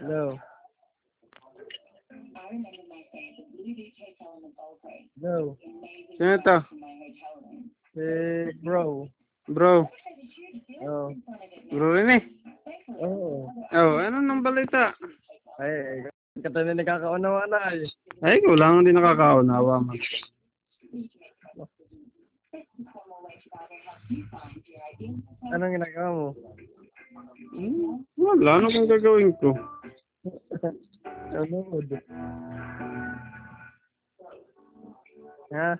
No. No. Sino to? Eh, bro. Bro. Oh. Bro rin eh. Oo. Oh, ano nang balita? Ay, ay, kata na nagkakaunawa na ay. Ay, ko lang hindi nakakaunawa man. Anong ginagawa mo? Hmm, wala, ano kang gagawin ko? Ano mo? Ha?